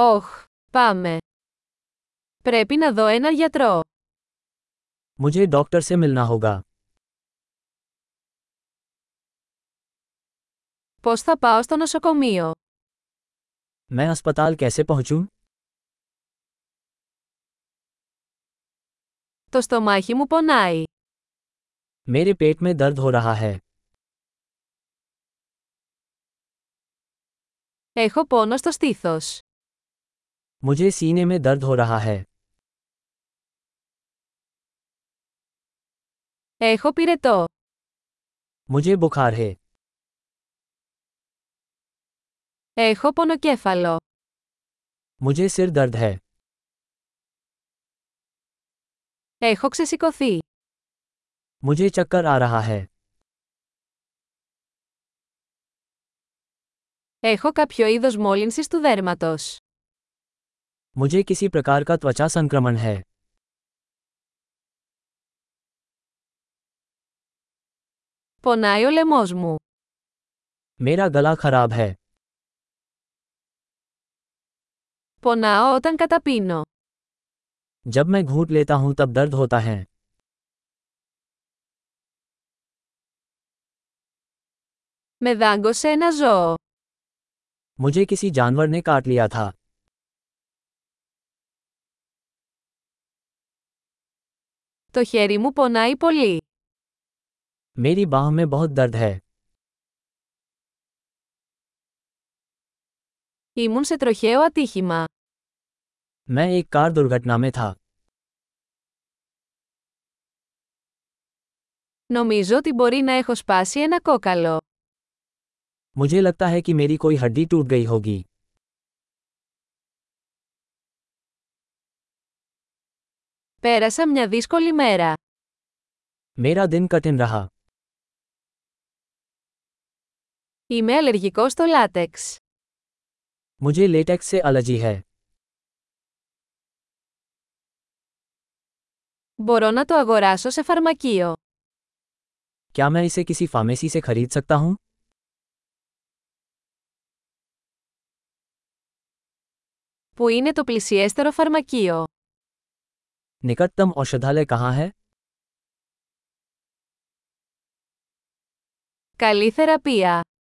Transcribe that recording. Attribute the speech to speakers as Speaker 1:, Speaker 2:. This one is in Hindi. Speaker 1: Ωχ, πάμε. Πρέπει να δω έναν γιατρό.
Speaker 2: मुझे डॉक्टर से मिलना होगा
Speaker 1: Πώς θα πάω στο νοσοκομείο.
Speaker 2: मैं अस्पताल कैसे पहुंचूं?
Speaker 1: Το στομάχι μου πονάει.
Speaker 2: मेरे पेट में दर्द हो रहा है
Speaker 1: Έχω πόνο στο στήθος.
Speaker 2: मुझे सीने में दर्द हो रहा है
Speaker 1: Έχω πυρετό.
Speaker 2: मुझे बुखार है
Speaker 1: Έχω πονοκέφαλο.
Speaker 2: मुझे सिर दर्द है
Speaker 1: Έχω ξεσηκωθεί.
Speaker 2: मुझे चक्कर आ रहा है
Speaker 1: Έχω κάποιο είδος μόλυνσης του δέρματος.
Speaker 2: मुझे किसी प्रकार का त्वचा संक्रमण है
Speaker 1: Πονάει ο λαιμός μου.
Speaker 2: मेरा गला खराब है
Speaker 1: Πονάω όταν καταπίνω.
Speaker 2: जब मैं घूंट लेता हूं तब दर्द होता है
Speaker 1: Με δάγκωσε ένα ζώο.
Speaker 2: मुझे किसी जानवर ने काट लिया था
Speaker 1: Το χέρι μου πονάει πολύ.
Speaker 2: मेरी बाह में बहुत दर्द है
Speaker 1: Ήμουν σε τροχαίο ατύχημα.
Speaker 2: मैं एक कार दुर्घटना में था
Speaker 1: Νομίζω ότι μπορεί να έχω σπάσει ένα κόκαλο.
Speaker 2: मुझे लगता है कि मेरी कोई हड्डी टूट गई होगी
Speaker 1: Πέρασα μια δύσκολη μέρα.
Speaker 2: मेरा दिन कठिन रहा
Speaker 1: Είμαι αλλεργικός στο λάτεξ.
Speaker 2: मुझे लेटेक्स से एलर्जी है
Speaker 1: Μπορώ να το αγοράσω σε φαρμακείο.
Speaker 2: क्या मैं इसे किसी फार्मेसी से खरीद सकता हूँ
Speaker 1: Πού είναι το πλησιέστερο φαρμακείο.
Speaker 2: निकटतम औषधालय कहाँ है
Speaker 1: Καλή θεραπεία.